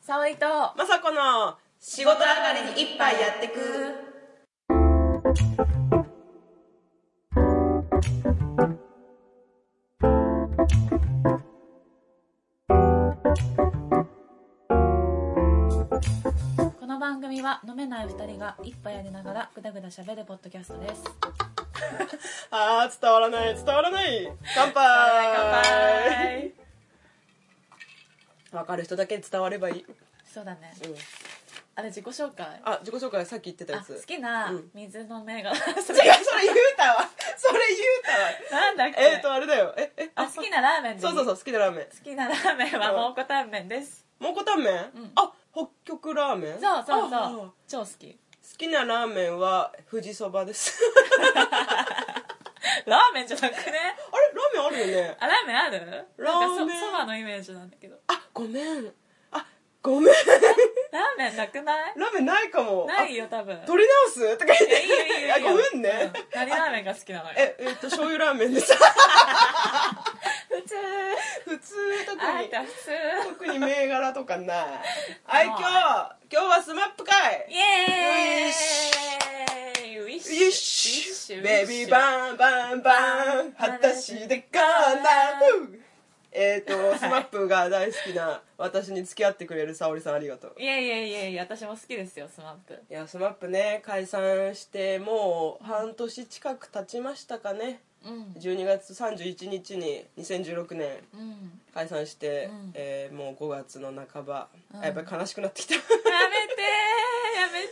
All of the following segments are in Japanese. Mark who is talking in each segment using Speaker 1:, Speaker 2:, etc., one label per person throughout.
Speaker 1: 沙織と
Speaker 2: まさこの仕事上がりに一杯やってく
Speaker 1: この番組は飲めない二人が一杯やりながらぐだぐだしゃべるポッドキャストです
Speaker 2: あー伝わらない伝わらない乾杯わかる人だけ伝わればいい、
Speaker 1: そうだね
Speaker 2: うん、
Speaker 1: あれ自己紹介
Speaker 2: あ自己紹介さっき言ってたや
Speaker 1: あ
Speaker 2: つ違う
Speaker 1: 好きな
Speaker 2: うん
Speaker 1: 水の銘 柄、
Speaker 2: それ言うたわそれ言
Speaker 1: なんだっけ
Speaker 2: うたわえっ、ー、とあれだよええ
Speaker 1: あ好きなラーメンです
Speaker 2: そうそうそう好きなラーメン
Speaker 1: 好きなラーメンは蒙古タンメンです
Speaker 2: 蒙古タンメン、
Speaker 1: ん
Speaker 2: あ北極ラーメ
Speaker 1: そう
Speaker 2: ン
Speaker 1: そう
Speaker 2: あ
Speaker 1: そ
Speaker 2: ー
Speaker 1: う超好き
Speaker 2: 好きなラーメンは富士そばです
Speaker 1: ラーメンじゃなくね
Speaker 2: あれラーメンあるよね
Speaker 1: あラーメンある
Speaker 2: ラーメン
Speaker 1: なんかそそばのイメージなんだけど
Speaker 2: あごめんあごめん
Speaker 1: ラーメンなくない
Speaker 2: ラーメンないかも
Speaker 1: ないよ多分い
Speaker 2: 取り直すとか言っ
Speaker 1: や
Speaker 2: て
Speaker 1: いいよいいよいいよ
Speaker 2: あごめんね、
Speaker 1: う何ラーメンが好きなのよ
Speaker 2: ええっと醤油ラーメンです
Speaker 1: 普通
Speaker 2: 普通
Speaker 1: あん
Speaker 2: 特
Speaker 1: た
Speaker 2: に
Speaker 1: 普通
Speaker 2: 特に銘柄とかないはい今日今日はスマップか
Speaker 1: イ
Speaker 2: い
Speaker 1: エーイウィッシュ
Speaker 2: よ
Speaker 1: ウィッシ
Speaker 2: し
Speaker 1: ュ
Speaker 2: ベビーバンバンバン果たしてかなうえっとスマップが大好きな私に付き合ってくれる沙織さんありがとう
Speaker 1: いやいやいやいや私も好きですよスマップ
Speaker 2: いやスマップね解散してもう半年近く経ちましたかね
Speaker 1: うん
Speaker 2: 12月31日に2016年
Speaker 1: うん
Speaker 2: 解散して、
Speaker 1: うん
Speaker 2: えーもう5月の半ば、
Speaker 1: うん
Speaker 2: あやっぱり悲しくなってき た
Speaker 1: やめてやめ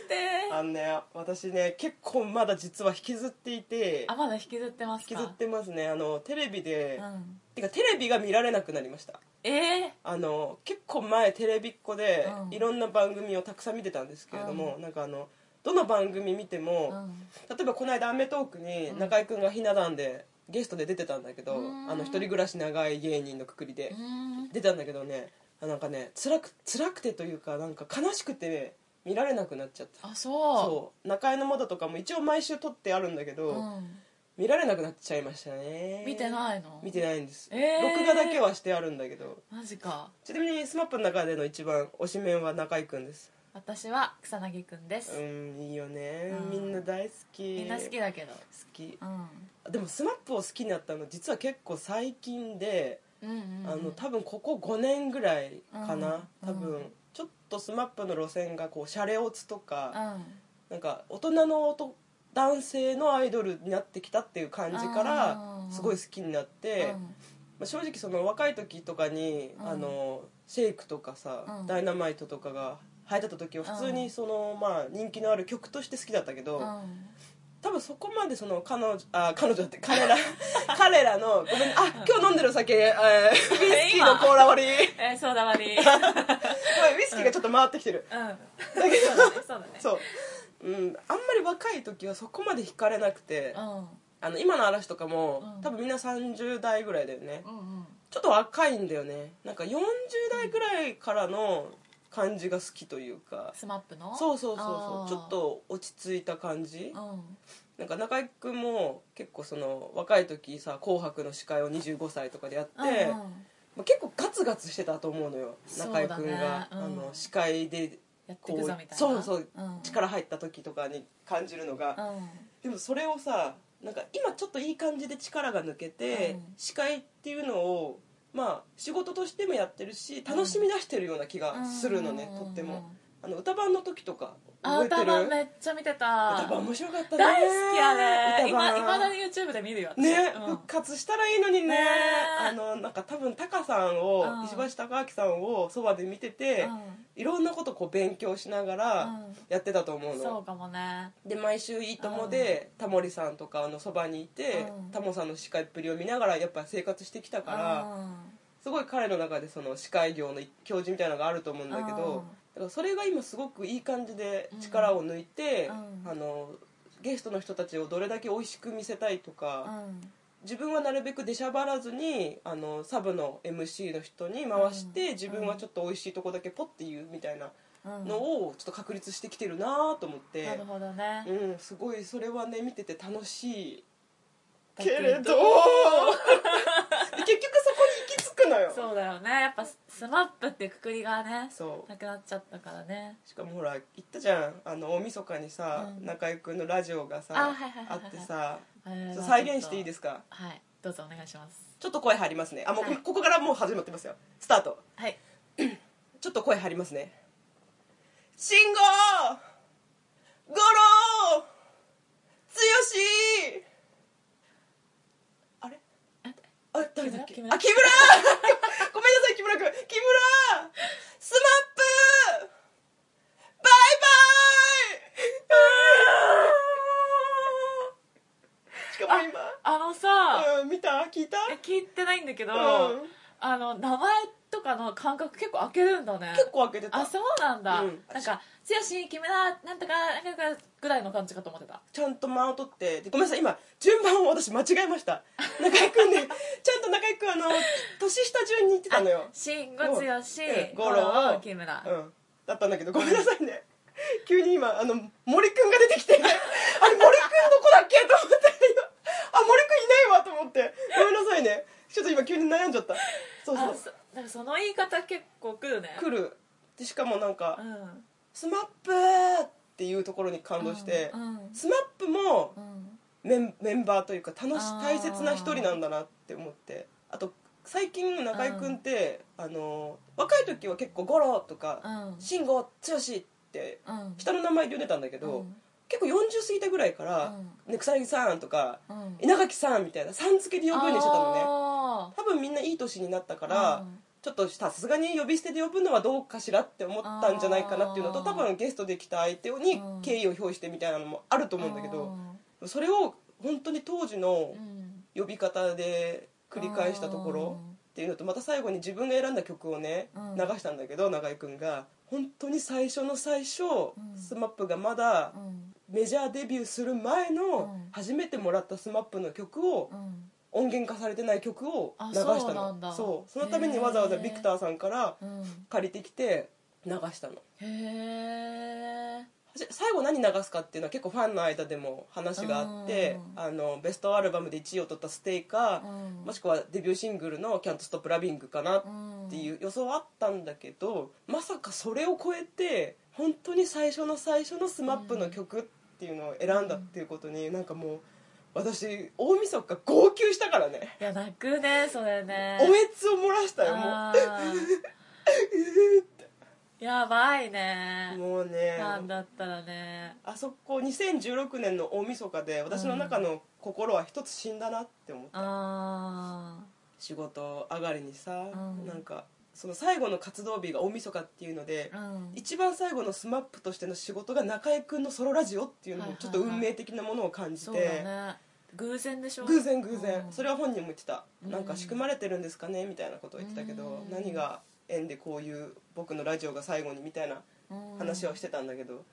Speaker 1: て
Speaker 2: あのね私ね結構まだ実は引きずっていて
Speaker 1: あまだ引きずってますか
Speaker 2: 引きずってますねあのテレビで、
Speaker 1: うん
Speaker 2: てかテレビが見られなくなりました
Speaker 1: えー
Speaker 2: あの結構前テレビっ子で、
Speaker 1: うん
Speaker 2: いろんな番組をたくさん見てたんですけれども、なんかあのどの番組見ても、
Speaker 1: うん
Speaker 2: 例えばこの間『アメトーーク』に中居君がひな壇でゲストで出てたんだけど、
Speaker 1: うん
Speaker 2: あの一人暮らし長い芸人のくくりで、
Speaker 1: うん
Speaker 2: 出たんだけどねあなんかね辛く辛くてというかなんか悲しくて見られなくなっちゃった
Speaker 1: あそ
Speaker 2: そう中居の窓とかも一応毎週撮ってあるんだけ
Speaker 1: う
Speaker 2: ど、
Speaker 1: うん
Speaker 2: 見られなくなっちゃいましたね
Speaker 1: 見てないの
Speaker 2: 見てないんです、
Speaker 1: えー
Speaker 2: 録画だけはしてあるんだけど
Speaker 1: マジか
Speaker 2: ちなみに SMAP の中での一番推しメンは中居くんです
Speaker 1: 私は草薙くんです
Speaker 2: うんいいよね
Speaker 1: うん
Speaker 2: みんな大好き
Speaker 1: みんな好き
Speaker 2: 好
Speaker 1: だけど
Speaker 2: き
Speaker 1: うん
Speaker 2: でも SMAP を好きになったの実は結構最近で
Speaker 1: うんうん
Speaker 2: あの多分ここ5年ぐらいかな、
Speaker 1: うん
Speaker 2: 多
Speaker 1: う
Speaker 2: 分
Speaker 1: ん
Speaker 2: ちょっと SMAP の路線がこうシャレオツとか、
Speaker 1: うん
Speaker 2: なんか大人の男男性のアイドルになってきたっていう感じか
Speaker 1: うんうんう
Speaker 2: ら
Speaker 1: ん
Speaker 2: すごい好きになって、
Speaker 1: うん
Speaker 2: まあ、正直その若い時とかに、
Speaker 1: うん
Speaker 2: あのシェイクとかさ、
Speaker 1: うん
Speaker 2: ダイナマイトとかが流行ってた時は普通にその、まあ、人気のある曲として好きだったけど、
Speaker 1: うん
Speaker 2: 多分そこまでその彼女あ彼女って彼ら彼らのごめんあ今日飲んでるお酒、えー、ウイスキー のコーラ割り
Speaker 1: えーそうだわり うん
Speaker 2: ごめんウイスキーがちょっと回ってきてる、
Speaker 1: そうだねそうだね
Speaker 2: そう、うん、あんまり若い時はそこまで惹かれなくて、あの今の嵐とかも、
Speaker 1: うん
Speaker 2: 多分みんな30代ぐらいだよね
Speaker 1: うんうんうん
Speaker 2: ちょっと若いんだよねなんか40代ぐらいからの感じが好きというか、
Speaker 1: スマップの
Speaker 2: そうそうそうそうちょ
Speaker 1: あー
Speaker 2: っと落ち着いた感じ
Speaker 1: うん
Speaker 2: なんか中居君も結構その若い時さ「紅白」の司会を25歳とかでやって、
Speaker 1: うんうん
Speaker 2: まあ結構ガツガツしてたと思うのよ
Speaker 1: そう
Speaker 2: 中
Speaker 1: だね
Speaker 2: 居君が、
Speaker 1: うん
Speaker 2: あの司会で
Speaker 1: やってくぞみたいな
Speaker 2: そうそう、
Speaker 1: ん
Speaker 2: 力入った時とかに感じるのが、
Speaker 1: うん
Speaker 2: でもそれをさなんか今ちょっといい感じで力が抜けて、
Speaker 1: うん
Speaker 2: 司会っていうのをまあ仕事としてもやってるし楽しみ出してるような気がするのね、
Speaker 1: うん
Speaker 2: とってもあの歌番の時とか
Speaker 1: あ
Speaker 2: 覚えてる
Speaker 1: 歌番めっちゃ見てた
Speaker 2: 歌番面白かったね
Speaker 1: 大好きあれい
Speaker 2: 歌
Speaker 1: ま
Speaker 2: 番
Speaker 1: だに YouTube で見るよ私
Speaker 2: ね、
Speaker 1: うん
Speaker 2: 復活したらいいのにね
Speaker 1: ね
Speaker 2: あのなんか多分タカさんを、
Speaker 1: うん
Speaker 2: 石橋貴明さんをそばで見てて、いろんなことこう勉強しながら
Speaker 1: うん
Speaker 2: やってたと思う
Speaker 1: うん
Speaker 2: の、
Speaker 1: そうかもね
Speaker 2: で毎週「いいとも」でタモリさんとかのそばにいて
Speaker 1: うん
Speaker 2: タモさんの司会っぷりを見ながらやっぱ生活してきたからすごい彼の中でその司会業の教授みたいなのがあると思うんだけ
Speaker 1: う
Speaker 2: ど
Speaker 1: ん
Speaker 2: だからそれが今すごくいい感じで力を抜いて
Speaker 1: うん
Speaker 2: あのゲストの人たちをどれだけ美味しく見せたいと
Speaker 1: う
Speaker 2: か
Speaker 1: ん
Speaker 2: 自分はなるべく出しゃばらずにあのサブの MC の人に回し
Speaker 1: うん
Speaker 2: て自分はちょっと美味しいとこだけポッて言うみたいな
Speaker 1: うん
Speaker 2: のをちょっと確立してきてるなと思って。
Speaker 1: なるほどね
Speaker 2: うん、すごいそれはね見てて楽しい
Speaker 1: だけど
Speaker 2: けれど結局そこに行き着くるのよ
Speaker 1: そうだよねやっぱススマップっていうくくりがね
Speaker 2: そう
Speaker 1: なくなっちゃったからね
Speaker 2: しかもほら言ったじゃんあの大晦日にさ、
Speaker 1: うん
Speaker 2: 中居君のラジオがさ
Speaker 1: あはいはいはいはい
Speaker 2: あってさ
Speaker 1: あれは
Speaker 2: ち
Speaker 1: ちょっ
Speaker 2: ょっと
Speaker 1: と
Speaker 2: 再現していいですか
Speaker 1: はいどうぞお願いします
Speaker 2: ちょっと声張りますねあもう、
Speaker 1: はい
Speaker 2: ここからもう始まってますよスタート
Speaker 1: はい
Speaker 2: ちょっと声張りますね信号五郎剛あれ
Speaker 1: え
Speaker 2: あ誰だっけ
Speaker 1: 木村
Speaker 2: あ木 村ごめんなさい木村君木村スマップバイバイしかも
Speaker 1: あのさ、
Speaker 2: 今、うん、見た聞いた
Speaker 1: え聞いてないんだけど、
Speaker 2: うん
Speaker 1: あの名前とかの感覚結構開けるんだね
Speaker 2: 結構開けてた
Speaker 1: あそうなんだ、
Speaker 2: うん
Speaker 1: なんか「剛木村なんとかなんとか」ぐらいの感じかと思ってた
Speaker 2: ちゃんと間を取ってでごめんなさい今順番を私間違えました中居 君ねちゃんと中居君あの年下順に言ってたのよ
Speaker 1: あ慎吾剛
Speaker 2: うん
Speaker 1: 五郎木村、
Speaker 2: うんだったんだけどごめんなさいね急に今あの森君が出 てきてあれ森君どこだっけと思って今あ森君いないわと思ってごめんなさいねちょっと今急に悩んじゃったそう
Speaker 1: あ
Speaker 2: そう
Speaker 1: そなんかその言い方結構くるね
Speaker 2: 来るでしかもなんか
Speaker 1: うん
Speaker 2: 「スマップっていうところに感動して、
Speaker 1: うん
Speaker 2: スマップも
Speaker 1: うん
Speaker 2: メンメンバーというか楽し
Speaker 1: あー
Speaker 2: 大切な一人なんだなって思ってあと最近中居君って、あの若い時は結構「ゴロ」と
Speaker 1: う
Speaker 2: か
Speaker 1: ん
Speaker 2: 「慎吾剛」って
Speaker 1: うん
Speaker 2: 下の名前で呼んでたんだけど、結構40過ぎたぐらいから「ね草薙さん」とか
Speaker 1: うんうん
Speaker 2: 「稲垣さん」みたいな「さん」付けで呼ぶようにしてたのね
Speaker 1: あ
Speaker 2: 多分みんないい年になったか
Speaker 1: ー
Speaker 2: ら、
Speaker 1: うん
Speaker 2: ちょっとさすがに呼び捨てで呼ぶのはどうかしらって思ったんじゃないかなっていうのと
Speaker 1: あー
Speaker 2: 多分ゲストで来た相手に
Speaker 1: うん
Speaker 2: 敬意を表してみたいなのもあると思うんだけど、それを本当に当時
Speaker 1: あ
Speaker 2: の
Speaker 1: ーうん
Speaker 2: 呼び方で繰り返したところっていうのとまた最後に自分が選んだ曲をね
Speaker 1: うん
Speaker 2: 流したんだけど永井君が本当に最初の最初
Speaker 1: ん
Speaker 2: SMAP がまだ
Speaker 1: うんうん
Speaker 2: メジャーデビューする前の
Speaker 1: うん
Speaker 2: 初めてもらった SMAP の曲を
Speaker 1: うん
Speaker 2: 音源化されてない曲を
Speaker 1: あ
Speaker 2: 流した
Speaker 1: そうなん
Speaker 2: の
Speaker 1: だ
Speaker 2: そうそのためにわざわざ
Speaker 1: へー
Speaker 2: ビクターさんから
Speaker 1: うん
Speaker 2: 借りてきて流したの
Speaker 1: へえ
Speaker 2: じ最後何流すかっていうのは結構ファンの間でも話があって
Speaker 1: うん
Speaker 2: あのベストアルバムで1位を取った「ステイ」かもしくはデビューシングルの「Can't Stop Loving」かなって
Speaker 1: うん
Speaker 2: いう予想はあったんだけどまさかそれを超えて本当に最初の最初の SMAP の曲っていうのを選んだっていうことになんかもう私大晦日号泣したからね
Speaker 1: いや泣くねそれね
Speaker 2: おえつを漏らしたよも
Speaker 1: あーやばいね
Speaker 2: うもうね
Speaker 1: なんだったらね
Speaker 2: あそこ2016年の大晦日で私の中の心は一つ死んだなって思った、
Speaker 1: あ
Speaker 2: 仕事上がりにさ、
Speaker 1: うん
Speaker 2: なんかその最後の活動日が大晦日っていうので、
Speaker 1: あうん
Speaker 2: 一番最後の SMAP としての仕事が中居君のソロラジオっていうの
Speaker 1: は
Speaker 2: も
Speaker 1: いはい
Speaker 2: ちょっと運命的なものを感じて、
Speaker 1: そうだね偶然でしょ
Speaker 2: 偶然偶然、
Speaker 1: うん
Speaker 2: それは本人も言ってた、
Speaker 1: うん
Speaker 2: なんか仕組まれてるんですかねみたいなことを言ってたけど、
Speaker 1: うん
Speaker 2: 何が縁でこういう僕のラジオが最後にみたいな
Speaker 1: うん
Speaker 2: 話をしてたんだけ ど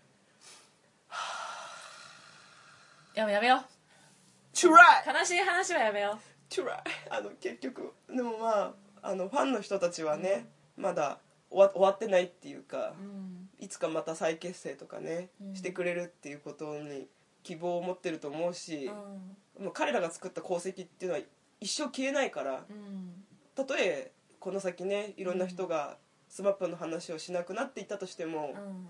Speaker 1: やめやめよう
Speaker 2: 「チュライ
Speaker 1: 悲しい話はやめよ
Speaker 2: チュライあの結局でもまああのファンの人たちはね、まだ終わ終わってないっていうか
Speaker 1: う、、ん、
Speaker 2: いつかまた再結成とかね、
Speaker 1: うん
Speaker 2: してくれるっていうことに希望を持ってると思うし、もう彼らが作った功績っていうのは一生消えないから
Speaker 1: うん
Speaker 2: たとえこの先ねいろんな人が SMAP の話をしなくなっていったとしても、
Speaker 1: うん、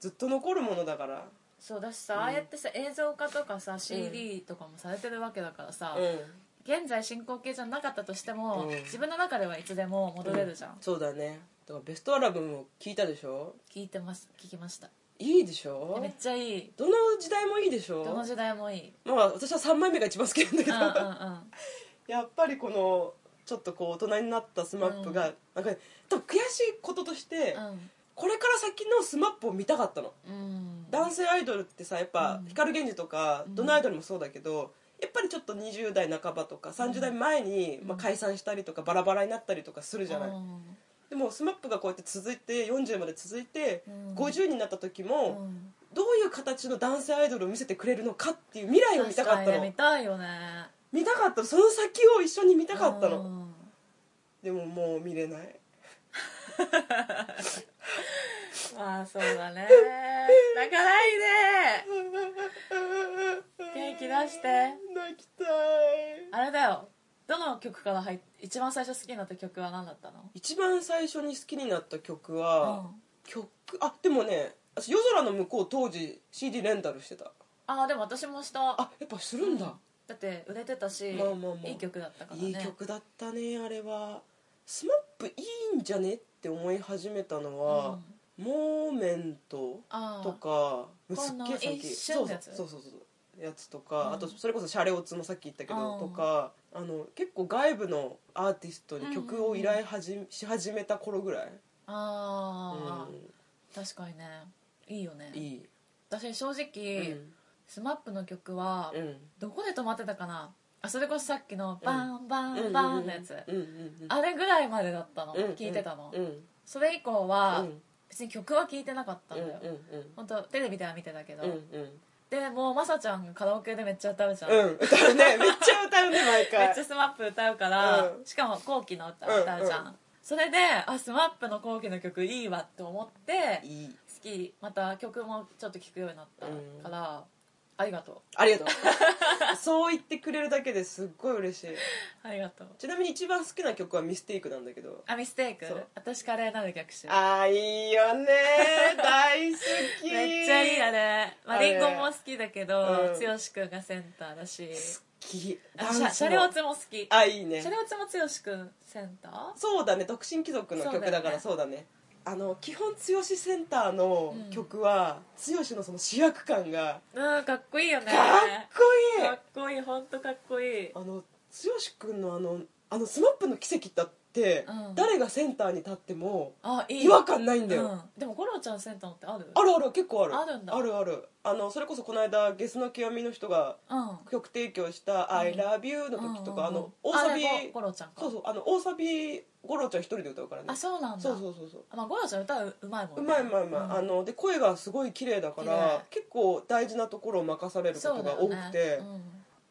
Speaker 2: ずっと残るものだから
Speaker 1: そうだしさ、ああやってさ映像化とかさ CD とかもされてるわけだからさ、
Speaker 2: うん
Speaker 1: 現在進行形じゃなかったとしても、
Speaker 2: うん
Speaker 1: 自分の中ではいつでも戻れるじゃん、
Speaker 2: そうだねだからベストアルバムも聞いたでしょ
Speaker 1: 聞いてます聞きました
Speaker 2: いいでし
Speaker 1: で
Speaker 2: ょ
Speaker 1: めっちゃいい
Speaker 2: どの時代もいいでしょ
Speaker 1: どの時代もい い
Speaker 2: まあ私は3枚目が一番好きなんだけ
Speaker 1: うん
Speaker 2: ど、
Speaker 1: うんうん
Speaker 2: やっぱりこのちょっとこう大人になったスマップが、なんか多分悔しいこととして、これから先のスマップを見たかったの
Speaker 1: うんうん
Speaker 2: 男性アイドルってさやっぱ、
Speaker 1: うん
Speaker 2: 光源氏とか
Speaker 1: うん
Speaker 2: どのアイドルもそうだけどやっぱりちょっと20代半ばとか30代前に、
Speaker 1: うん
Speaker 2: まあ、解散したりとかバラバラになったりとかするじゃない、
Speaker 1: うん
Speaker 2: でもスマップがこうやって続いて40まで続いて、
Speaker 1: うん
Speaker 2: 50になった時
Speaker 1: う
Speaker 2: も、
Speaker 1: ん
Speaker 2: どういう形の男性アイドルを見せてくれるのかっていう未来を見たかっ
Speaker 1: 確
Speaker 2: た
Speaker 1: に
Speaker 2: の、
Speaker 1: ね見たいよね
Speaker 2: 見たかったのその先を一緒に見たかったの、
Speaker 1: うん
Speaker 2: でももう見れない
Speaker 1: まあそうだ ね泣かないで元気出して
Speaker 2: 泣きたい
Speaker 1: あれだよどの曲から入っ一番最初好きになった曲は何だったの
Speaker 2: 一番最初に好きになった曲は、
Speaker 1: うん
Speaker 2: 曲あでもね私夜空の向こう当時 CD レンタルしてた
Speaker 1: ああでも私もした
Speaker 2: あやっぱするんだ、
Speaker 1: だって売れてたし、
Speaker 2: まあまあまあ
Speaker 1: いい曲だったからね
Speaker 2: いい曲だったねあれはスマップいいんじゃねって思い始めたのは「モーメント」
Speaker 1: あー
Speaker 2: とか
Speaker 1: ん
Speaker 2: すっげえ最近
Speaker 1: 一
Speaker 2: そ
Speaker 1: 瞬の
Speaker 2: うそう
Speaker 1: やつ
Speaker 2: そうそうそうやつとか、
Speaker 1: うん
Speaker 2: あとそれこそ「シャレオツ」もさっき言ったけ
Speaker 1: う
Speaker 2: ど
Speaker 1: ん
Speaker 2: とかあの結構外部のアーティストに曲を依頼はじ、し始めた頃ぐらい、
Speaker 1: ああ、
Speaker 2: う
Speaker 1: 確かにねいいよね
Speaker 2: ん、いい、
Speaker 1: 私正直、
Speaker 2: うん
Speaker 1: スマップの曲は、
Speaker 2: うん
Speaker 1: どこで止まってたかなあそれこそさっきの「バンバ
Speaker 2: うんうんう
Speaker 1: ン
Speaker 2: ん
Speaker 1: バン」のやつ、
Speaker 2: うんうん
Speaker 1: あれぐらいまでだったの、
Speaker 2: うん、
Speaker 1: 聞いてたの、
Speaker 2: うんうん
Speaker 1: それ以降は、
Speaker 2: うん
Speaker 1: 別に曲は聞いてなかったん
Speaker 2: うん
Speaker 1: だ
Speaker 2: うん
Speaker 1: よ、
Speaker 2: うん
Speaker 1: ほんとテレビでは見てたけど、
Speaker 2: うんうん
Speaker 1: でもうまさちゃんがカラオケでめっちゃ歌うじゃん、
Speaker 2: うん歌うねめっちゃ歌うね毎
Speaker 1: め
Speaker 2: 回
Speaker 1: っちゃスマップ歌うから、
Speaker 2: うん
Speaker 1: しかも後期の歌を歌うじゃん、
Speaker 2: うんうん
Speaker 1: それであスマップの後期の曲いいわって思って好
Speaker 2: いい
Speaker 1: きまた曲もちょっと聴くようになったから、ありがと
Speaker 2: ありがとうそう言ってくれるだけですっごい嬉しいう
Speaker 1: ありがとう
Speaker 2: ちなみに一番好きな曲は「ミステイク」なんだけど
Speaker 1: あミステイク
Speaker 2: そう
Speaker 1: 私カレーなる逆襲
Speaker 2: あーいいよね大好き
Speaker 1: めっちゃいいあ
Speaker 2: ね
Speaker 1: れ、まあ、
Speaker 2: あれ
Speaker 1: リンゴも好きだけど、
Speaker 2: うん
Speaker 1: 剛君がセンターだし
Speaker 2: 好き
Speaker 1: あシャシャレオツも好き
Speaker 2: あいいね
Speaker 1: シャレオツも剛君センター
Speaker 2: そうだね独身貴族の曲だからそうだねあの基本剛センターの曲は、剛のその主役感が
Speaker 1: うんかっこいいよね
Speaker 2: かっこいい、
Speaker 1: かっこいい本当かっこいい
Speaker 2: あの剛くんのあのあのスマップの奇跡だって、
Speaker 1: うん
Speaker 2: 誰がセンターに立っても
Speaker 1: あいい
Speaker 2: 違和感ないんだよ、
Speaker 1: うん、でも五郎ちゃんセンターのってある
Speaker 2: あるある結構ある
Speaker 1: あるんだ
Speaker 2: あるあるあのそれこそこの間ゲスの極みの人が
Speaker 1: うん
Speaker 2: 曲提供した「I love you」の時とか、
Speaker 1: うんうんうん
Speaker 2: あの大サビ
Speaker 1: あれゴロちゃんか
Speaker 2: そうそうあの大サビ五郎ちゃん一人で歌うからね
Speaker 1: あそうなんだ
Speaker 2: そうそうそうそう
Speaker 1: あまあ、ゴロちゃん歌ううまいもん
Speaker 2: う
Speaker 1: ね
Speaker 2: まいうまいうまい、あので声がすごい綺麗だから結構大事なところを任されることが多くて
Speaker 1: うん、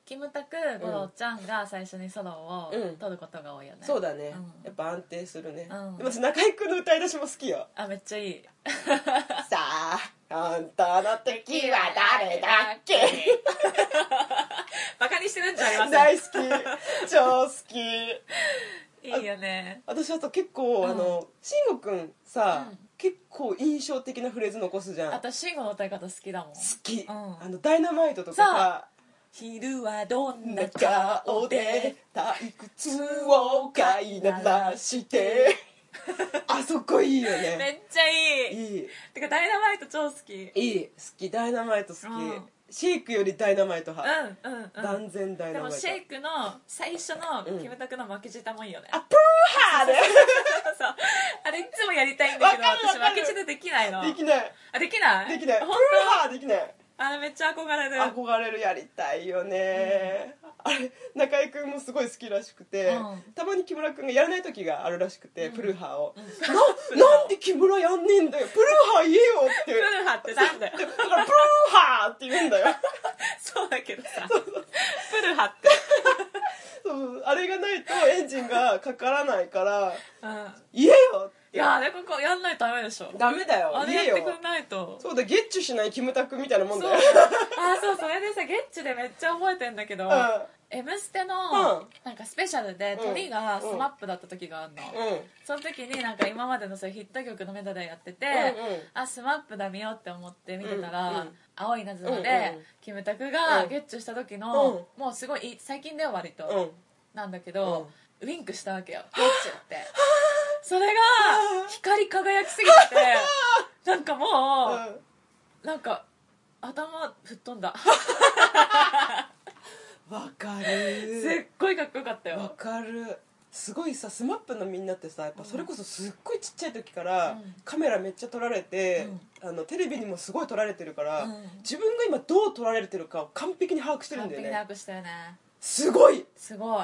Speaker 1: キムタクゴロちゃんが最初にソロを
Speaker 2: うん
Speaker 1: 取ることが多いよね、
Speaker 2: そうだね、
Speaker 1: うん
Speaker 2: やっぱ安定するね、
Speaker 1: うん
Speaker 2: でも私中居君の歌い出しも好 きよ
Speaker 1: あめっちゃ いい
Speaker 2: さあ本当の敵は誰だっけ
Speaker 1: バカにしてるんじゃあ りません
Speaker 2: 大好き超好き
Speaker 1: いいよね
Speaker 2: 私あと結構、
Speaker 1: うん
Speaker 2: あの慎吾くんさ、
Speaker 1: うん
Speaker 2: 結構印象的なフレーズ残すじゃん好
Speaker 1: 私慎吾の歌い方好きだもん
Speaker 2: き、
Speaker 1: ん
Speaker 2: あのダイナマイトとかさ
Speaker 1: 昼はどんな
Speaker 2: 中
Speaker 1: 顔
Speaker 2: をで
Speaker 1: で
Speaker 2: 退屈を飼いならしてあそこいいよ
Speaker 1: め
Speaker 2: ね
Speaker 1: っちゃいい
Speaker 2: いい
Speaker 1: てかダイナマイト超好きうん
Speaker 2: いい好きダイナマイト好き、
Speaker 1: うん
Speaker 2: シェイクよりダイナマイト派、
Speaker 1: うんうん
Speaker 2: 断然ダイ
Speaker 1: で
Speaker 2: ナマイ
Speaker 1: も
Speaker 2: ト
Speaker 1: シェイクの最初
Speaker 2: う
Speaker 1: の
Speaker 2: ん
Speaker 1: キムタクの負け舌もいいよね、
Speaker 2: あプーハーで
Speaker 1: そうあれいつもやりたいんだけど
Speaker 2: わかるわ
Speaker 1: 私
Speaker 2: か
Speaker 1: 負
Speaker 2: る
Speaker 1: け舌できないの
Speaker 2: できない
Speaker 1: あできない
Speaker 2: できないプー
Speaker 1: 本
Speaker 2: ハーできない
Speaker 1: 当あれめっちゃ憧れる
Speaker 2: 憧れるやりたいよね、あれ中居君もすごい好きらしくて、
Speaker 1: うん
Speaker 2: たまに木村君がやらない時があるらしくて、プルーハーを、
Speaker 1: プル
Speaker 2: な
Speaker 1: ハー
Speaker 2: なんで木村やんねえんだよプルーハー言えよっ
Speaker 1: プ
Speaker 2: て
Speaker 1: ルハってなんだよ
Speaker 2: だからプルーハーって言うんだよ
Speaker 1: そうだけどさプルハって、
Speaker 2: そうあれがないとエンジンがかからないから
Speaker 1: うん、
Speaker 2: 言えよっ
Speaker 1: い
Speaker 2: て
Speaker 1: やあれここやんないとダメでしょ
Speaker 2: ダメだよ
Speaker 1: あれや
Speaker 2: 言え
Speaker 1: っ
Speaker 2: よ
Speaker 1: てくんないと
Speaker 2: そうだゲッチュしないキムタクみたいなもんだよ
Speaker 1: あそうそれでさゲッチュでめっちゃ覚えてんだけど「
Speaker 2: う
Speaker 1: M ステ」の
Speaker 2: うん
Speaker 1: なんかスペシャルで
Speaker 2: うん
Speaker 1: 鳥がスマップだった時があるの、
Speaker 2: んうん
Speaker 1: その時になんか今までのそういうヒット曲のメドレーやってて、
Speaker 2: うんうん
Speaker 1: あスマップだ見ようって思って見てたら、
Speaker 2: うんうん
Speaker 1: 青い謎ので、
Speaker 2: うんうん
Speaker 1: キムタクが
Speaker 2: うん
Speaker 1: ゲッチュした時の、
Speaker 2: う
Speaker 1: もうすごいいい最近だよ割と、
Speaker 2: うん
Speaker 1: なんだけど、ウインクしたわけよゲッチュ ってそれが光り輝きすぎて てなんかもう、
Speaker 2: うん
Speaker 1: なんか頭吹っ飛んだ
Speaker 2: わかる
Speaker 1: すっごいかっこよかった
Speaker 2: わ
Speaker 1: よ
Speaker 2: かるすごいさスマップのみんなってさやっぱそれこそすっごいちっちゃい時から、
Speaker 1: うん
Speaker 2: カメラめっちゃ撮られて、あのテレビにもすごい撮られてるから、
Speaker 1: うん
Speaker 2: 自分が今どう撮られてるかを完璧に把握してるん
Speaker 1: 完
Speaker 2: だよ
Speaker 1: 璧な
Speaker 2: ね
Speaker 1: くしたよね
Speaker 2: すごい
Speaker 1: すごいも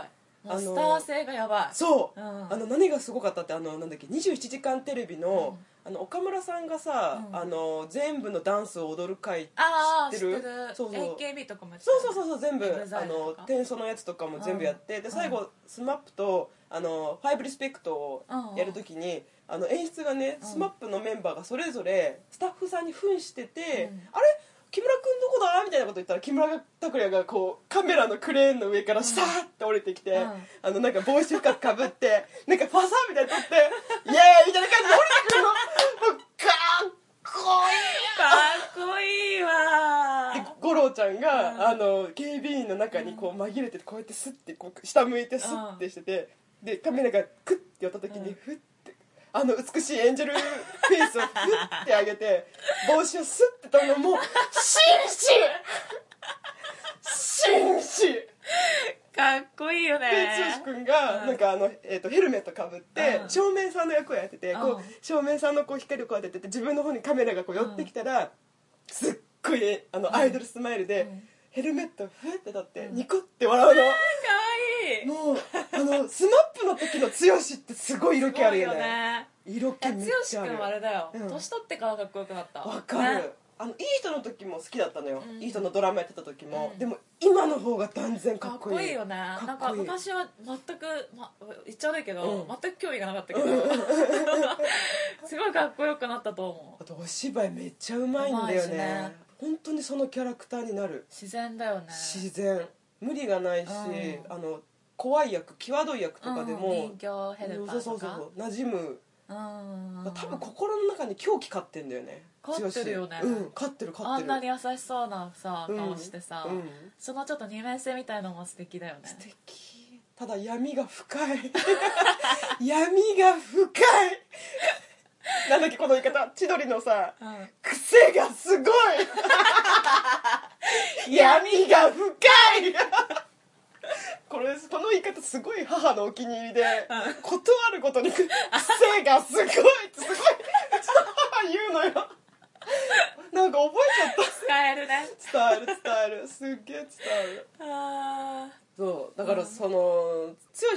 Speaker 2: あ
Speaker 1: う
Speaker 2: の
Speaker 1: スター性がやばい
Speaker 2: そう、
Speaker 1: うん
Speaker 2: あの何がすごかったってあのなんだっけ『27時間テレビの』あの岡村さんがさ、
Speaker 1: うん
Speaker 2: あの全部のダンスを踊る回
Speaker 1: ああ
Speaker 2: 知
Speaker 1: 知っ
Speaker 2: っ
Speaker 1: てて
Speaker 2: る
Speaker 1: る
Speaker 2: そうそう
Speaker 1: AKB とかもやってた
Speaker 2: そうそうそうそう全部
Speaker 1: エグザ
Speaker 2: あ
Speaker 1: イルと
Speaker 2: の
Speaker 1: か
Speaker 2: 転送のやつとかも全部やって、で最後スマップとあのファイブリスペクトをやるときに、あの演出がね、
Speaker 1: うん
Speaker 2: スマップのメンバーがそれぞれスタッフさんに扮してて、
Speaker 1: うん
Speaker 2: あれ木村君どこだ?」みたいなこと言ったら木村拓哉がこうカメラのクレーンの上からさーって降りてきて、
Speaker 1: うん
Speaker 2: あのなんか帽子深くか ぶってなんかファサーみたいに取って「イエーイ!」みたいな感じで降りてくるのもうかっこい
Speaker 1: っこい
Speaker 2: い
Speaker 1: いわ
Speaker 2: で五郎ちゃん
Speaker 1: う
Speaker 2: が
Speaker 1: ん
Speaker 2: あの警備員の中にこう紛れてこうやってスッてこう下向いてスッてしててでカメラがクッて寄った時
Speaker 1: う
Speaker 2: に
Speaker 1: ん
Speaker 2: フッてあの美しいエンジェルフェイスをフッて上げて帽子をスッて取るのもう 紳士紳士
Speaker 1: かっこいいよね
Speaker 2: で剛君が
Speaker 1: うん
Speaker 2: なんかあの、えー、とヘルメットかぶって
Speaker 1: うん
Speaker 2: 照明さんの役をやってて
Speaker 1: うん
Speaker 2: こう照明さんのこう光をこうやってやってて自分の方にカメラがこう寄ってきたらすっごいあのアイドルスマイルで
Speaker 1: うん
Speaker 2: ヘルメットをふって立って
Speaker 1: うん
Speaker 2: ニコって笑うの。
Speaker 1: かわいい
Speaker 2: もうあのスマップの時の剛ってすごい色気あるよね色
Speaker 1: い
Speaker 2: 気
Speaker 1: や
Speaker 2: めっちゃ
Speaker 1: 剛
Speaker 2: あ
Speaker 1: 君はあ
Speaker 2: る
Speaker 1: れだよ、
Speaker 2: うん
Speaker 1: 年取ってからかっこよくなった
Speaker 2: わか
Speaker 1: ね
Speaker 2: るあのいい人の時も好きだったのよ、
Speaker 1: うん
Speaker 2: いい人のドラマやってた時も、
Speaker 1: うん
Speaker 2: でも今の方が断然
Speaker 1: か
Speaker 2: か
Speaker 1: っ
Speaker 2: っ
Speaker 1: こ
Speaker 2: こ
Speaker 1: い
Speaker 2: い
Speaker 1: い
Speaker 2: い
Speaker 1: よねなん
Speaker 2: かっ
Speaker 1: か
Speaker 2: こいい
Speaker 1: 昔は全く、ま、言っちゃ悪いけど、
Speaker 2: うん
Speaker 1: 全く興味がなか ったけどすごいかっこよくなったと思う
Speaker 2: あとお芝居めっちゃうまいんだ
Speaker 1: うまい
Speaker 2: よ
Speaker 1: し
Speaker 2: ね
Speaker 1: ね
Speaker 2: 本当にそのキャラクターになる、
Speaker 1: 自然だよね
Speaker 2: 自然無理がないし、
Speaker 1: うん
Speaker 2: あの怖い役際どい役とかで
Speaker 1: うん
Speaker 2: も、
Speaker 1: 人形ヘルパーと
Speaker 2: そ
Speaker 1: か
Speaker 2: うそうそう馴染む、
Speaker 1: うん
Speaker 2: 多分心の中に狂気勝ってんだよね
Speaker 1: 勝ってるよね
Speaker 2: 剛うん勝ってる
Speaker 1: あ
Speaker 2: 勝って
Speaker 1: ん
Speaker 2: る
Speaker 1: なに優しそうなさ
Speaker 2: うん
Speaker 1: 顔してさ、
Speaker 2: うん
Speaker 1: そのちょっと二面性みたいのも素敵だよね
Speaker 2: 素敵ただ闇が深い 闇が深いなんだっけこの言い方千鳥のさ
Speaker 1: うん
Speaker 2: 癖がすごい 闇が深い これこの言い方すごい母のお気に入りで断ることに癖がすごいすごいうちの母言うの よなんか覚え
Speaker 1: 使えるね
Speaker 2: ちゃった伝える伝えるすっげえ伝える
Speaker 1: あ
Speaker 2: そうだからその剛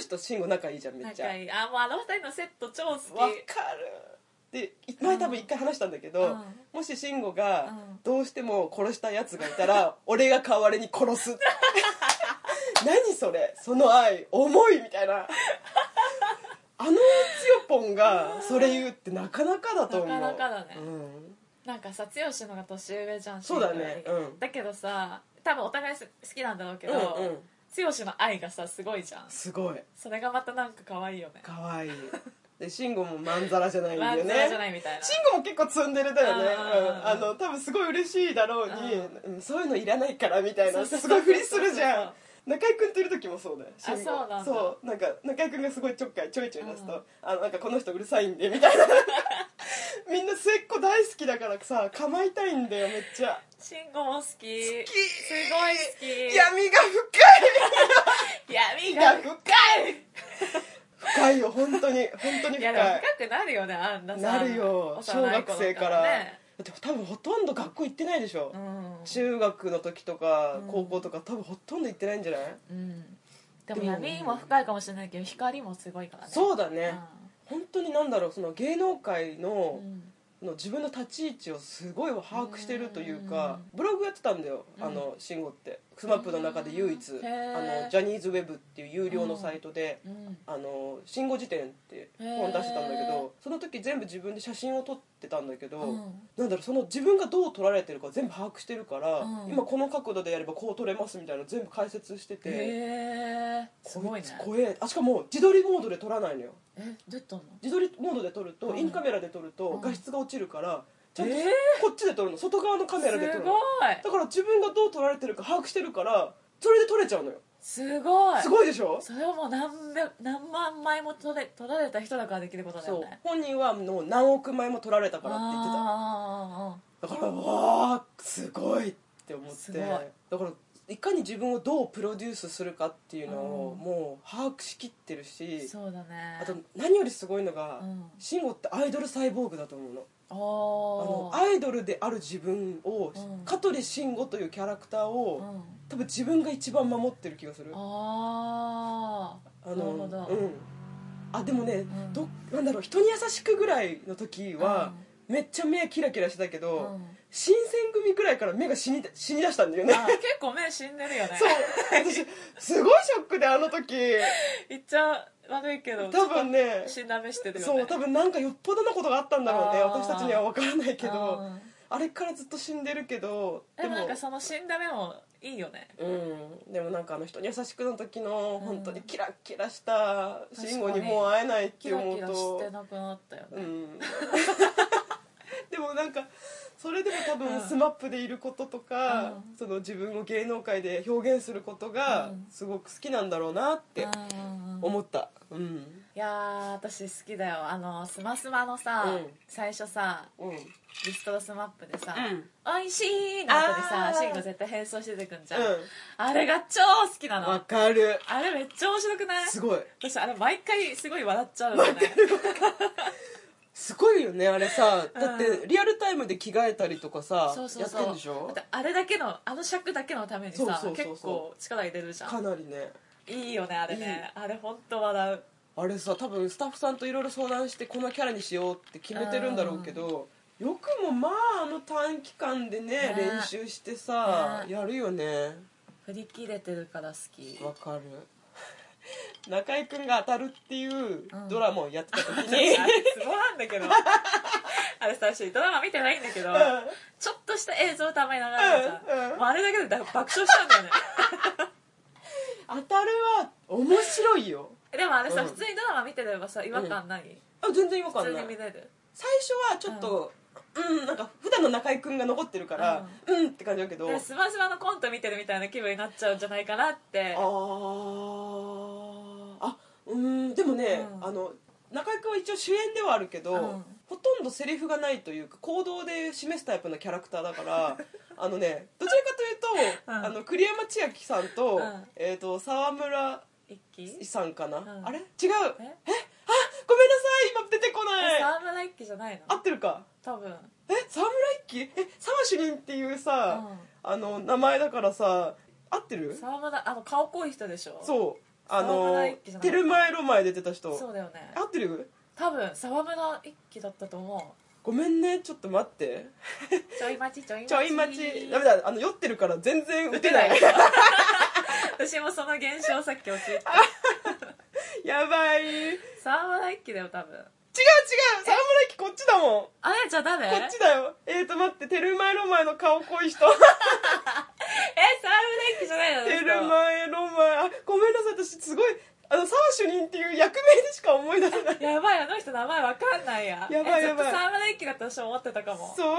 Speaker 2: と慎吾仲いいじゃん
Speaker 1: ー
Speaker 2: めっちゃ
Speaker 1: 仲いいあもうあの二人のセット超好き
Speaker 2: わかるで前多分一回話したんだけど、
Speaker 1: うん
Speaker 2: もし慎吾が
Speaker 1: うん
Speaker 2: どうしても殺したやつがいたら、 俺が代わりに殺す 何それその愛重いみたいなあのつよぽんがそれ言うってなかなかだと思う
Speaker 1: なかなかだね
Speaker 2: うん
Speaker 1: なんかさ剛の方が年上じゃん
Speaker 2: そうだね
Speaker 1: シンプルに
Speaker 2: うん
Speaker 1: だけどさ多分お互い好きなんだろうけど、
Speaker 2: うんうん
Speaker 1: 剛の愛がさすごいじゃん
Speaker 2: すごい
Speaker 1: それがまたなんか可愛いよね
Speaker 2: かわいいで慎吾もまんざらじゃないんだ
Speaker 1: ワン
Speaker 2: よ
Speaker 1: ズ
Speaker 2: ね
Speaker 1: ラじゃないみたいな
Speaker 2: 慎吾も結構ツンデレだよね
Speaker 1: あー
Speaker 2: うんあの多分すごい嬉しいだろうにうんそういうのいらないからみたいな
Speaker 1: そうそう
Speaker 2: す
Speaker 1: そうそ
Speaker 2: ご
Speaker 1: う
Speaker 2: いふりするじゃん中居君といる時もそうだよ慎吾
Speaker 1: そうなんだ
Speaker 2: そうなんか中居君がすごいちょっかいちょいちょい出す
Speaker 1: う
Speaker 2: と
Speaker 1: ん
Speaker 2: 「あのなんかこの人うるさいんで」みたいな みんな末っ子大好きだからさ構いたいんだよめっちゃ
Speaker 1: 慎吾も好きす
Speaker 2: き
Speaker 1: ごい好き
Speaker 2: 闇が
Speaker 1: 闇
Speaker 2: 深い
Speaker 1: が
Speaker 2: 深い深いよ本当に本当に
Speaker 1: いや
Speaker 2: 深い
Speaker 1: でも深くなるよねあんなさ
Speaker 2: なるよ小
Speaker 1: 幼い
Speaker 2: 学
Speaker 1: 頃
Speaker 2: 生から
Speaker 1: ね
Speaker 2: だって多分ほとんど学校行ってないでしょ、
Speaker 1: うん、
Speaker 2: 中学の時とか
Speaker 1: うん
Speaker 2: 高校とか多分ほとんど行ってないんじゃない、
Speaker 1: うん、で
Speaker 2: で
Speaker 1: も
Speaker 2: も
Speaker 1: 闇も深いかもしれないけど光もすごいからね
Speaker 2: そううだね、本当になんだろうその芸能界
Speaker 1: う
Speaker 2: の,、
Speaker 1: ん
Speaker 2: の自分の立ち位置をすごい把握してるというか、ブログやってたんだよ、あの慎吾ってスマップの中で唯一、
Speaker 1: うんへー
Speaker 2: あのジャニーズウェブっていう有料のサイトで、
Speaker 1: うん
Speaker 2: あの慎吾辞典って本出してたんだけ
Speaker 1: へー
Speaker 2: どその時全部自分で写真を撮ってたんだけど、
Speaker 1: うん
Speaker 2: なんだろうその自分がどう撮られてるか全部把握してるから、
Speaker 1: うん
Speaker 2: 今この角度でやればこう撮れますみたいなの全部解説してて、
Speaker 1: へえすごいね
Speaker 2: こいつ怖えあしかも自撮りモードで撮らないのよ
Speaker 1: えどうやったの
Speaker 2: 自撮りモードで撮ると、
Speaker 1: うん
Speaker 2: インカメラで撮る
Speaker 1: う
Speaker 2: と
Speaker 1: ん
Speaker 2: 画質が落ちるから、ちゃんと
Speaker 1: えー
Speaker 2: こっちで撮るの外側のカメラで撮るのだから自分がどう撮られてるか把握してるからそれで撮れちゃうのよ
Speaker 1: すごいすごい
Speaker 2: すごいでしょ
Speaker 1: それはもう何百何万枚も取れ取られた人だからできることだ
Speaker 2: そ
Speaker 1: よ
Speaker 2: う
Speaker 1: ね
Speaker 2: 本人はもう何億枚も撮られたからって言ってた
Speaker 1: あ
Speaker 2: だからわあすごいって思っ
Speaker 1: す
Speaker 2: て
Speaker 1: ごい
Speaker 2: だからいかに自分をどうプロデュースするかっていうの
Speaker 1: う
Speaker 2: を
Speaker 1: ん
Speaker 2: もう把握しきってる
Speaker 1: ーあーあー
Speaker 2: し
Speaker 1: そうだね
Speaker 2: あと何よりすごいのが
Speaker 1: うん
Speaker 2: 慎吾ってアイドルサイボーグだと思うのあの
Speaker 1: おー
Speaker 2: アイドルである自分を
Speaker 1: うん
Speaker 2: 香取慎吾というキャラクター
Speaker 1: う
Speaker 2: を
Speaker 1: ん
Speaker 2: 多分自分が一番守ってる気がする
Speaker 1: あ
Speaker 2: あ
Speaker 1: ーな
Speaker 2: の
Speaker 1: るほど
Speaker 2: うんあでもね
Speaker 1: ん
Speaker 2: どなんだろう人に優しくぐらいの時はめっちゃ目キラキラしてたけ
Speaker 1: う
Speaker 2: ど
Speaker 1: ん
Speaker 2: 新選組ぐらいから目が死に死に出したんだよね
Speaker 1: あ結構目死んでるよね
Speaker 2: そう 私すごいショックであの 時
Speaker 1: 言っちゃ悪いけど
Speaker 2: 多分ね
Speaker 1: 死んだ目してるよね
Speaker 2: そう多分なんかよっぽどなことがあったんだろうね
Speaker 1: あー
Speaker 2: 私たちには分からないけどああれからずっと死んでるけど
Speaker 1: でもなんかその死んだ目もいいよね
Speaker 2: うん、でもなんかあの人に優しくな時の
Speaker 1: うん
Speaker 2: 本当にキラッキラした慎吾に
Speaker 1: 確かに
Speaker 2: もう会えないって
Speaker 1: キラ
Speaker 2: 思う
Speaker 1: キ
Speaker 2: と
Speaker 1: ラしてなくなったよね、
Speaker 2: うん でもなんかそれでも多分
Speaker 1: うん
Speaker 2: スマップでいることとか、
Speaker 1: うん
Speaker 2: その自分を芸能界で表現することが
Speaker 1: うん
Speaker 2: すごく好きなんだろうなって
Speaker 1: うんうんうん
Speaker 2: 思ったうん
Speaker 1: いやー私好きだよあのスマスマのさ、
Speaker 2: うん
Speaker 1: 最初さ
Speaker 2: うん、
Speaker 1: リストロスマップでさ
Speaker 2: うん
Speaker 1: 「おいしい!」の後に
Speaker 2: あ
Speaker 1: さ
Speaker 2: ー
Speaker 1: シンが絶対変装して出てくんじゃん、
Speaker 2: うん
Speaker 1: あれが超好きな
Speaker 2: わ
Speaker 1: の
Speaker 2: かる
Speaker 1: あれめっちゃ面白くない
Speaker 2: すごい
Speaker 1: 私あれ毎回すごい笑っちゃうのね
Speaker 2: すごいよねあれさ
Speaker 1: うん
Speaker 2: だってリアルタイムで着替えたりとかさ
Speaker 1: そうそ
Speaker 2: や
Speaker 1: う
Speaker 2: って
Speaker 1: そ
Speaker 2: ん
Speaker 1: う
Speaker 2: でしょ
Speaker 1: だってあれだけのあの尺だけのためにさ
Speaker 2: そうそうそうそう
Speaker 1: 結構力入れるじゃ
Speaker 2: か
Speaker 1: ん
Speaker 2: なりね
Speaker 1: いいよねあれねあれ本当笑う
Speaker 2: あれさ多分スタッフさんといろいろ相談してこのキャラにしようって決めてるんだろうけどよくもまああの短期間でね
Speaker 1: ね
Speaker 2: 練習してさ
Speaker 1: ね
Speaker 2: やるよね
Speaker 1: 振り切れてるから好き
Speaker 2: わかる 中居君が当たるっていう
Speaker 1: うん
Speaker 2: ドラマをやってた時
Speaker 1: あ
Speaker 2: に
Speaker 1: れツボなんだけ どあれ最初ドラマ見てないんだけどちょっとした映像たまに流れてさ、
Speaker 2: うんうん
Speaker 1: もうあれだけでだ爆笑しちゃうん だよね
Speaker 2: 当たるは面白いよ
Speaker 1: でもあれさ、
Speaker 2: うん
Speaker 1: 普通にドラマ見てればさ違和感ない、
Speaker 2: あ全然違和
Speaker 1: 普通
Speaker 2: 感な
Speaker 1: に
Speaker 2: い
Speaker 1: 見れる
Speaker 2: 最初はちょっとうん、なんか普段の中居君が残ってるからうん、って感じだけど
Speaker 1: でスマスマのコント見てるみたいな気分になっちゃうんじゃないかなって
Speaker 2: あああうんでもね、
Speaker 1: うん
Speaker 2: あの中居君は一応主演ではあるけど、
Speaker 1: うん
Speaker 2: ほとんどセリフがないというか行動で示すタイプのキャラクターだから あのねどちらかというと、
Speaker 1: うん
Speaker 2: あの栗山千明さんと,、
Speaker 1: うん
Speaker 2: えー、と沢村
Speaker 1: 一気
Speaker 2: さんかな、
Speaker 1: ん
Speaker 2: あれ違うえあごめんなさい
Speaker 1: え
Speaker 2: 今出てこない
Speaker 1: 沢村一気じゃない
Speaker 2: 合
Speaker 1: の
Speaker 2: ってるか
Speaker 1: 多分
Speaker 2: え沢村一樹え沢主任っていうさ、
Speaker 1: うん
Speaker 2: あの名前だからさ合ってる
Speaker 1: 沢村あの顔濃い人でしょう
Speaker 2: そう
Speaker 1: 沢
Speaker 2: あの
Speaker 1: 村一樹じゃない
Speaker 2: テルマエロマエで出てた人
Speaker 1: そうだよね
Speaker 2: 合ってる
Speaker 1: 多分沢村一気だったと思
Speaker 2: ごめんねちょっと待って
Speaker 1: うちょい待ちちょい待ち
Speaker 2: ちょい待ちダメだあの酔ってるから全然打
Speaker 1: 打
Speaker 2: て
Speaker 1: て
Speaker 2: な
Speaker 1: ないい私もその現象さっき陥った
Speaker 2: やばい違う違う
Speaker 1: 沢村一気だよ多分
Speaker 2: 沢村一樹こっちだもんこ
Speaker 1: あれじゃあ誰
Speaker 2: っちだよえーと待ってテルマエロマエの顔濃い人
Speaker 1: え沢村一気じゃないの
Speaker 2: テル
Speaker 1: あ
Speaker 2: マエロマエあごめんなさい私すごいあの沢主任っていう役名でしか思い出せ ない
Speaker 1: の人やばいあの人名前わかんないや
Speaker 2: やばい
Speaker 1: えちょっと
Speaker 2: やばい
Speaker 1: 沢村一気だった私思ってたかも
Speaker 2: そう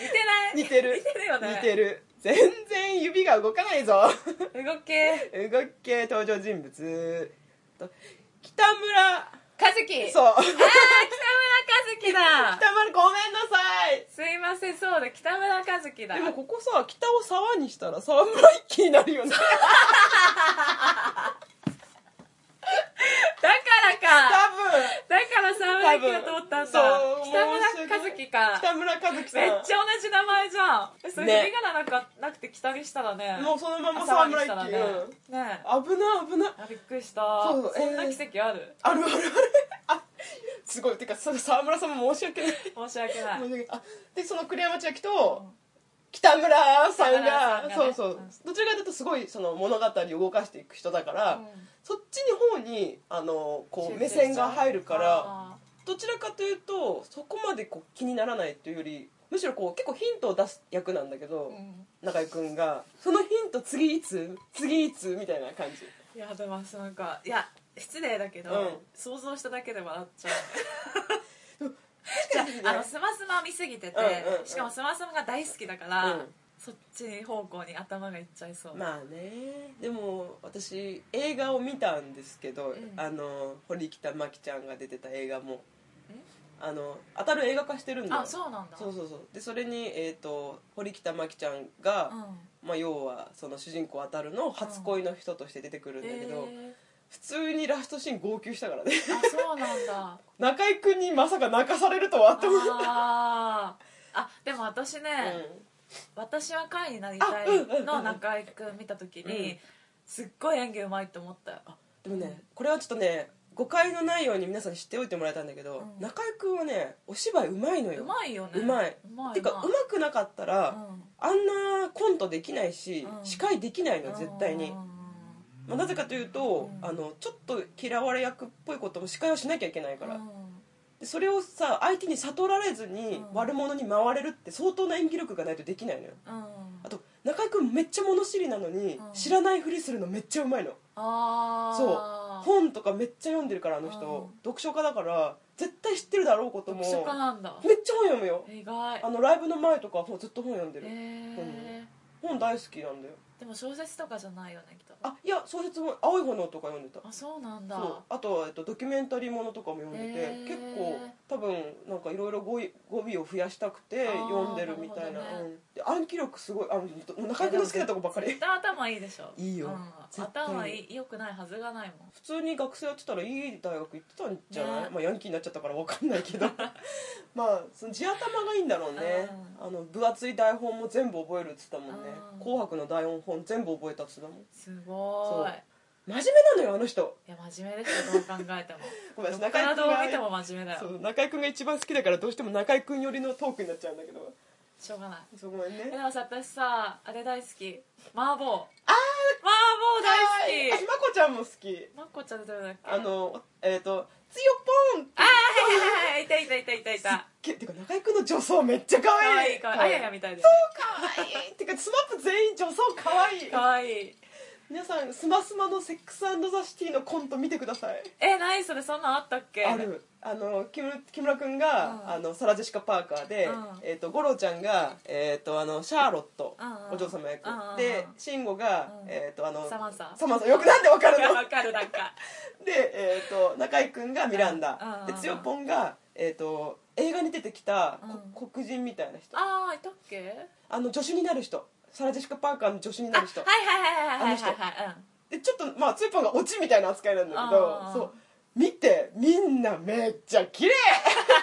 Speaker 1: 似てない
Speaker 2: 似てる
Speaker 1: 似てるよね
Speaker 2: 似てる全然指が動かないぞ
Speaker 1: 動け
Speaker 2: 動け登場人物と北村
Speaker 1: 和樹う
Speaker 2: そう
Speaker 1: あー北村和樹だ
Speaker 2: 北村ごめんなさい
Speaker 1: すいませんそうだ北村和樹だ
Speaker 2: でもここさ北を沢にしたら沢村一樹になるよね
Speaker 1: だからか
Speaker 2: 多分
Speaker 1: だから沢村一樹だと思ったんだ
Speaker 2: そう
Speaker 1: 北村和樹か
Speaker 2: 北村和樹さん
Speaker 1: めっちゃ同じ名前じゃんえそれ
Speaker 2: ね
Speaker 1: 振り仮名なんかなくて北にしたらね
Speaker 2: もうそのまま
Speaker 1: あ沢
Speaker 2: 沢
Speaker 1: に
Speaker 2: 村
Speaker 1: し
Speaker 2: 一
Speaker 1: たら
Speaker 2: 樹、
Speaker 1: ね
Speaker 2: うん
Speaker 1: ねえ
Speaker 2: 危な危な
Speaker 1: あびっくりした
Speaker 2: そうそう
Speaker 1: そんな
Speaker 2: えー
Speaker 1: 奇跡ある
Speaker 2: あるあるあるあすごいてかそ沢村さんも申し訳ない
Speaker 1: 申し訳ない
Speaker 2: 申し訳ないあでその栗山千秋と北村さんが
Speaker 1: 北村さんがね
Speaker 2: そうそう
Speaker 1: うん
Speaker 2: どちらかというとすごいその物語を動かしていく人だから、そっちの方にあのこう目線が入るから
Speaker 1: ら
Speaker 2: どちらかというとそこまでこう気にならないというよりむしろこう結構ヒントを出す役なんだけど、中居君がそのヒント次いつ次いつみたいな感じ
Speaker 1: いやでもなんかいや失礼だけど、
Speaker 2: うん
Speaker 1: 想像しただけで笑っちゃう
Speaker 2: じ
Speaker 1: あ
Speaker 2: ゃ
Speaker 1: のスマスマ見すぎてて、
Speaker 2: うんうんうん
Speaker 1: しかもスマスマが大好きだから、
Speaker 2: うん
Speaker 1: そっち方向に頭がいっちゃいそう、
Speaker 2: まあねでも私映画を見たんですけど、
Speaker 1: ん
Speaker 2: あの堀北真希ちゃんが出てた映画もあの当たる映画化してるんだよ
Speaker 1: あそうなんだ
Speaker 2: そうそうそうでそれに、えー、と堀北真希ちゃんが、
Speaker 1: う
Speaker 2: まあ、要はその主人公当たるの初恋の人として出てくるん
Speaker 1: ん
Speaker 2: だけど、
Speaker 1: え
Speaker 2: 普通にラストシーン号泣したからね
Speaker 1: ー、あそうなん だ
Speaker 2: 中居君にまさか泣かされるとはって思った
Speaker 1: あーあでも私ね、私は会になりたい
Speaker 2: あうんうんうん
Speaker 1: の中居君見た時に、
Speaker 2: うん
Speaker 1: すっごい演技うまいと思ったよ
Speaker 2: うん、でもねこれはちょっとね誤解のないように皆さんに知っておいてもらいたいんだけど、
Speaker 1: うん
Speaker 2: 中居君はねお芝居うまいのよ
Speaker 1: うまいよね
Speaker 2: うまいう
Speaker 1: まい
Speaker 2: てかうまくなかった
Speaker 1: う
Speaker 2: ら、
Speaker 1: ん
Speaker 2: あんなコントできないし、
Speaker 1: うん
Speaker 2: 司会できないの絶対に、まあ、なぜかというと、
Speaker 1: うん
Speaker 2: あのちょっと嫌われ役っぽいことも司会をしなきゃいけないから、
Speaker 1: うん
Speaker 2: でそれをさ相手に悟られずに
Speaker 1: うん
Speaker 2: 悪者に回れるって相当な演技力がないとできないのよ
Speaker 1: うん
Speaker 2: あと中居君めっちゃ物知りなのに
Speaker 1: うん
Speaker 2: 知らないふりするのめっちゃうまいの
Speaker 1: ああう
Speaker 2: 本とかめっちゃ読んでるからあの人
Speaker 1: うん
Speaker 2: 読書家だから絶対知ってるだろうことも
Speaker 1: 読書家なんだ
Speaker 2: めっちゃ本読むよ
Speaker 1: 意外
Speaker 2: あのライブの前とかはもうずっと本読んで
Speaker 1: へ
Speaker 2: る
Speaker 1: え
Speaker 2: 本大好きなんだよ
Speaker 1: でも小説とかじゃないよねきっと
Speaker 2: あいや小説も「青い炎」とか読んでた
Speaker 1: あそうなんだ
Speaker 2: そうあとは、えっと、ドキュメンタリーものとかも読んでて、
Speaker 1: へー
Speaker 2: 結構多分なんかいろいろ語彙語尾を増やしたくて
Speaker 1: あー
Speaker 2: 読んでるみたい
Speaker 1: なる
Speaker 2: な
Speaker 1: ほどね
Speaker 2: うんで暗記力すごいあもう中居君の好きなとこばっかり
Speaker 1: 絶対頭いいでしょ
Speaker 2: いいよ
Speaker 1: うん、
Speaker 2: 絶対
Speaker 1: 頭いい良くないはずがないもん
Speaker 2: 普通に学生やってたらいい大学行ってたんじゃない、
Speaker 1: ね
Speaker 2: まあ、ヤンキーになっちゃったから分かんな いけどまあその地頭がいいんだろうねあの分厚い台本も全部覚えるっつったもんね
Speaker 1: う
Speaker 2: 「
Speaker 1: ん
Speaker 2: 紅白」の台本全部覚えたっつったもん
Speaker 1: すごーい
Speaker 2: そう真面目なのよあの人
Speaker 1: いや真面目ですよどう考え ても
Speaker 2: ごめん
Speaker 1: どっからどう見ても真面目だ
Speaker 2: そ
Speaker 1: よ
Speaker 2: う中居君が一番好きだからどうしても中居君寄りのトークになっちゃうんだけど
Speaker 1: しょうがない
Speaker 2: そうごめん
Speaker 1: えで
Speaker 2: ね
Speaker 1: もさ私さあれ大好き麻婆
Speaker 2: あ
Speaker 1: 麻婆大好
Speaker 2: あ
Speaker 1: き
Speaker 2: まこちゃんも好き
Speaker 1: まっこちゃん出てるんだっけ
Speaker 2: あのえっ、と「つよぽん」
Speaker 1: あはいはいはいはいいたいたいたいたいた
Speaker 2: けてか中居君の女装めっちゃ可
Speaker 1: かわ
Speaker 2: 愛
Speaker 1: い
Speaker 2: い
Speaker 1: いかわいいあやや
Speaker 2: い
Speaker 1: みたいで
Speaker 2: そう可愛いてかスマップ全員女装可愛い
Speaker 1: かわいい
Speaker 2: 皆さんスマスマのセックスザシティのコント見てください
Speaker 1: え何それそんなんあったっけ
Speaker 2: あるあの木村木村君が、
Speaker 1: うん
Speaker 2: あのサラ・ジェシカ・パーカーで、
Speaker 1: うん
Speaker 2: えー、と五郎ちゃんが、えー、とあのシャーロット、
Speaker 1: うんうん
Speaker 2: お嬢様役、
Speaker 1: うんうんうん
Speaker 2: で慎吾が、
Speaker 1: うん
Speaker 2: えー、とあの
Speaker 1: サマンサ
Speaker 2: サマンサよくなんでわかる
Speaker 1: いや
Speaker 2: の
Speaker 1: わかるなんか
Speaker 2: で、えー、と中居君がミラン
Speaker 1: うんうんうん
Speaker 2: ダ、
Speaker 1: うん
Speaker 2: でつよぽんが、えー、と映画に出てきた、
Speaker 1: う
Speaker 2: こ黒人みたいな人あ
Speaker 1: ああいたっけ
Speaker 2: の助手になる人サラ・ジェシカ・パーカーの助手に
Speaker 1: あ
Speaker 2: な
Speaker 1: はい
Speaker 2: る人
Speaker 1: はいはいはいはいはいはい
Speaker 2: でちょっとまあつよぽんがオチみたいな扱いなんだけ
Speaker 1: あ
Speaker 2: ど
Speaker 1: ー
Speaker 2: そう見てみんなめっちゃ綺麗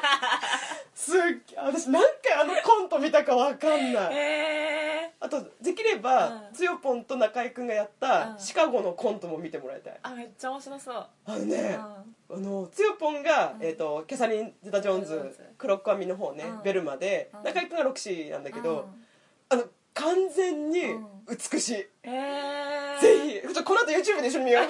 Speaker 2: すっげ私何回あのコント見たかわかん
Speaker 1: うん
Speaker 2: ない
Speaker 1: え
Speaker 2: あとできれば、
Speaker 1: うん
Speaker 2: つよぽんと中居君がやった、
Speaker 1: うん
Speaker 2: シカゴのコントも見てもらいたい
Speaker 1: ーあめっちゃ面白そう
Speaker 2: あの
Speaker 1: うん
Speaker 2: ね、あのつよぽんが、
Speaker 1: うん
Speaker 2: えー、とキャサリン・ゼタ・ジョーン
Speaker 1: ゼタジョーン
Speaker 2: ズ
Speaker 1: ズ
Speaker 2: クロックアミの方ね、
Speaker 1: うん
Speaker 2: ベルマで、
Speaker 1: うん
Speaker 2: 中居君がロクシーなんだけど、
Speaker 1: うん
Speaker 2: あの完全に
Speaker 1: うん
Speaker 2: 美しい、
Speaker 1: へえ
Speaker 2: ぜひちょっとこの後 YouTube で一緒 に見よう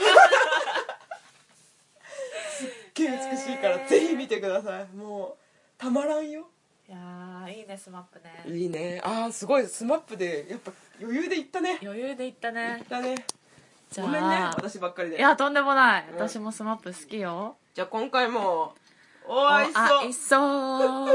Speaker 2: すっげえ美しいから、
Speaker 1: えー
Speaker 2: ぜひ見てくださいもうたまらんよ
Speaker 1: いやーいいねスマップね
Speaker 2: いいねああすごいスマップでやっぱ余裕で行ったね
Speaker 1: 余裕でいった
Speaker 2: 行っ
Speaker 1: ね
Speaker 2: たね
Speaker 1: じゃ
Speaker 2: ご
Speaker 1: あ
Speaker 2: めんね私ばっかりで
Speaker 1: いやとんでもない
Speaker 2: うん
Speaker 1: 私もスマップ好きよ
Speaker 2: じゃあ今回もお会いし
Speaker 1: あ
Speaker 2: そう
Speaker 1: いっそう